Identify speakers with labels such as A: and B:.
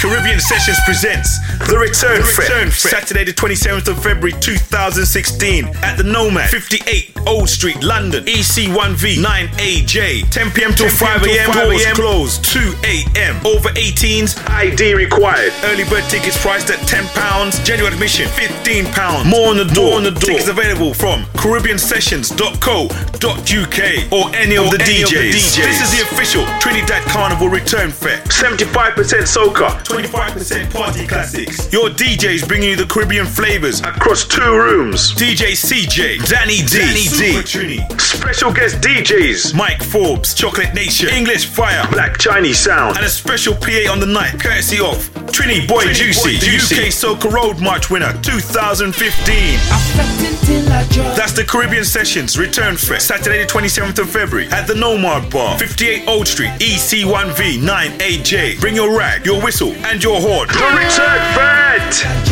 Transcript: A: Caribbean Sessions presents The Return, Trip, Saturday, the 27th of February 2016, at the Nomad, 58 Old Street, London, E EC1V 9AJ, 10 p.m. till 5 a.m. Doors closed 2 a.m. Over 18s, ID required. Early bird tickets priced at £10. General admission, £15. More on the door. on the door. Tickets available from CaribbeanSessions.co.uk or any of the DJs. This is the official Trinidad Carnival Return Fair. 75% soca, 25% party classics. Your DJs bringing you the Caribbean flavors across two rooms. DJ CJ, Danny D, Super Trini. Special guest DJs Mike Forbes, Chocolate Nation, English Fire, Black Chinese Sound, and a special PA on the night, courtesy of Trini Boy Juicy, the UK Soca Road March winner 2015. That's the Caribbean Sessions Return Fest, Saturday the 27th of February at the Nomad Bar, 58 Old Street, E EC1V 9AJ. Bring your rag, your whistle, and your horn. The Return Fest!